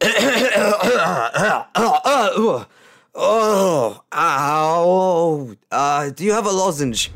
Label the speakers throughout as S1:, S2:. S1: Uh, uh, do you have a lozenge?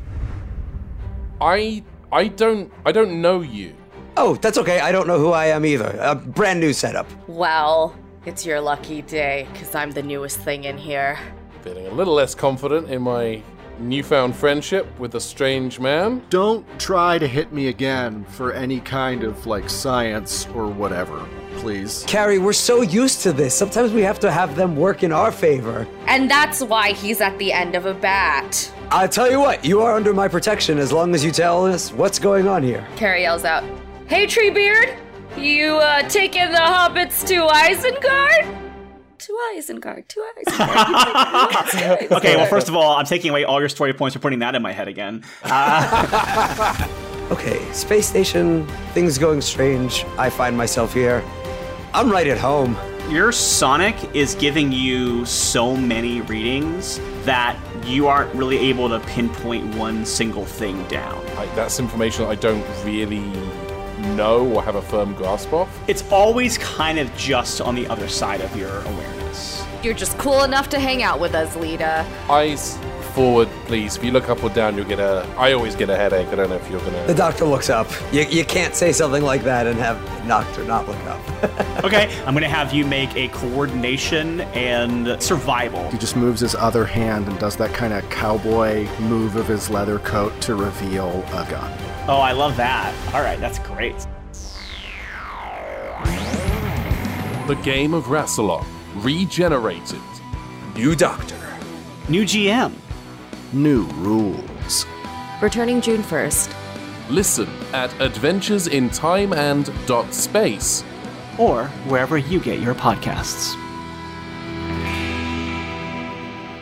S2: I I don't I don't know you.
S1: Oh, that's okay. I don't know who I am either. A brand new setup.
S3: Well, it's your lucky day, because I'm the newest thing in here.
S2: Feeling a little less confident in my newfound friendship with a strange man.
S4: Don't try to hit me again for any kind of like science or whatever, please.
S1: Carrie, we're so used to this. Sometimes we have to have them work in our favor.
S3: And that's why he's at the end of a bat.
S1: I tell you what, you are under my protection as long as you tell us what's going on here.
S3: Carrie yells out, Hey, Treebeard! You, uh, taking the hobbits to Isengard? To Isengard, to Isengard. You taking the hobbits to
S5: Okay, well,
S3: Isengard.
S5: first of all, I'm taking away all your story points for putting that in my head again.
S1: Okay, space station, things going strange. I find myself here. I'm right at home.
S5: Your Sonic is giving you so many readings that you aren't really able to pinpoint one single thing down.
S2: Like that's information I don't really know or have a firm grasp of.
S5: It's always kind of just on the other side of your awareness.
S3: You're just cool enough to hang out with us, Lita.
S2: Eyes forward, please. If you look up or down, you'll get a. I always get a headache. I don't know if you're
S1: The
S2: gonna.
S1: doctor looks up. You, you can't say something like that and have the doctor not look up.
S5: Okay, I'm gonna have you make a coordination and survival.
S4: He just moves his other hand and does that kind of cowboy move of his leather coat to reveal a gun.
S5: Oh, I love that. All right, that's great.
S2: The game of Rassilon regenerated.
S1: New doctor.
S5: New GM.
S4: New rules.
S6: Returning June 1st.
S2: Listen at Adventures in Time and dot space.
S5: Or wherever you get your podcasts.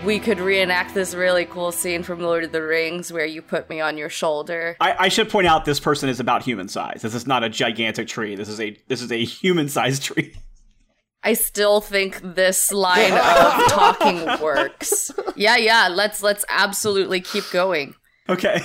S3: We could reenact this really cool scene from Lord of the Rings where you put me on your shoulder.
S5: I, I should point out this person is about human size. This is not a gigantic tree. This is a this is a human sized tree.
S3: I still think this line of talking works. Yeah, yeah, let's let's absolutely keep going.
S5: Okay.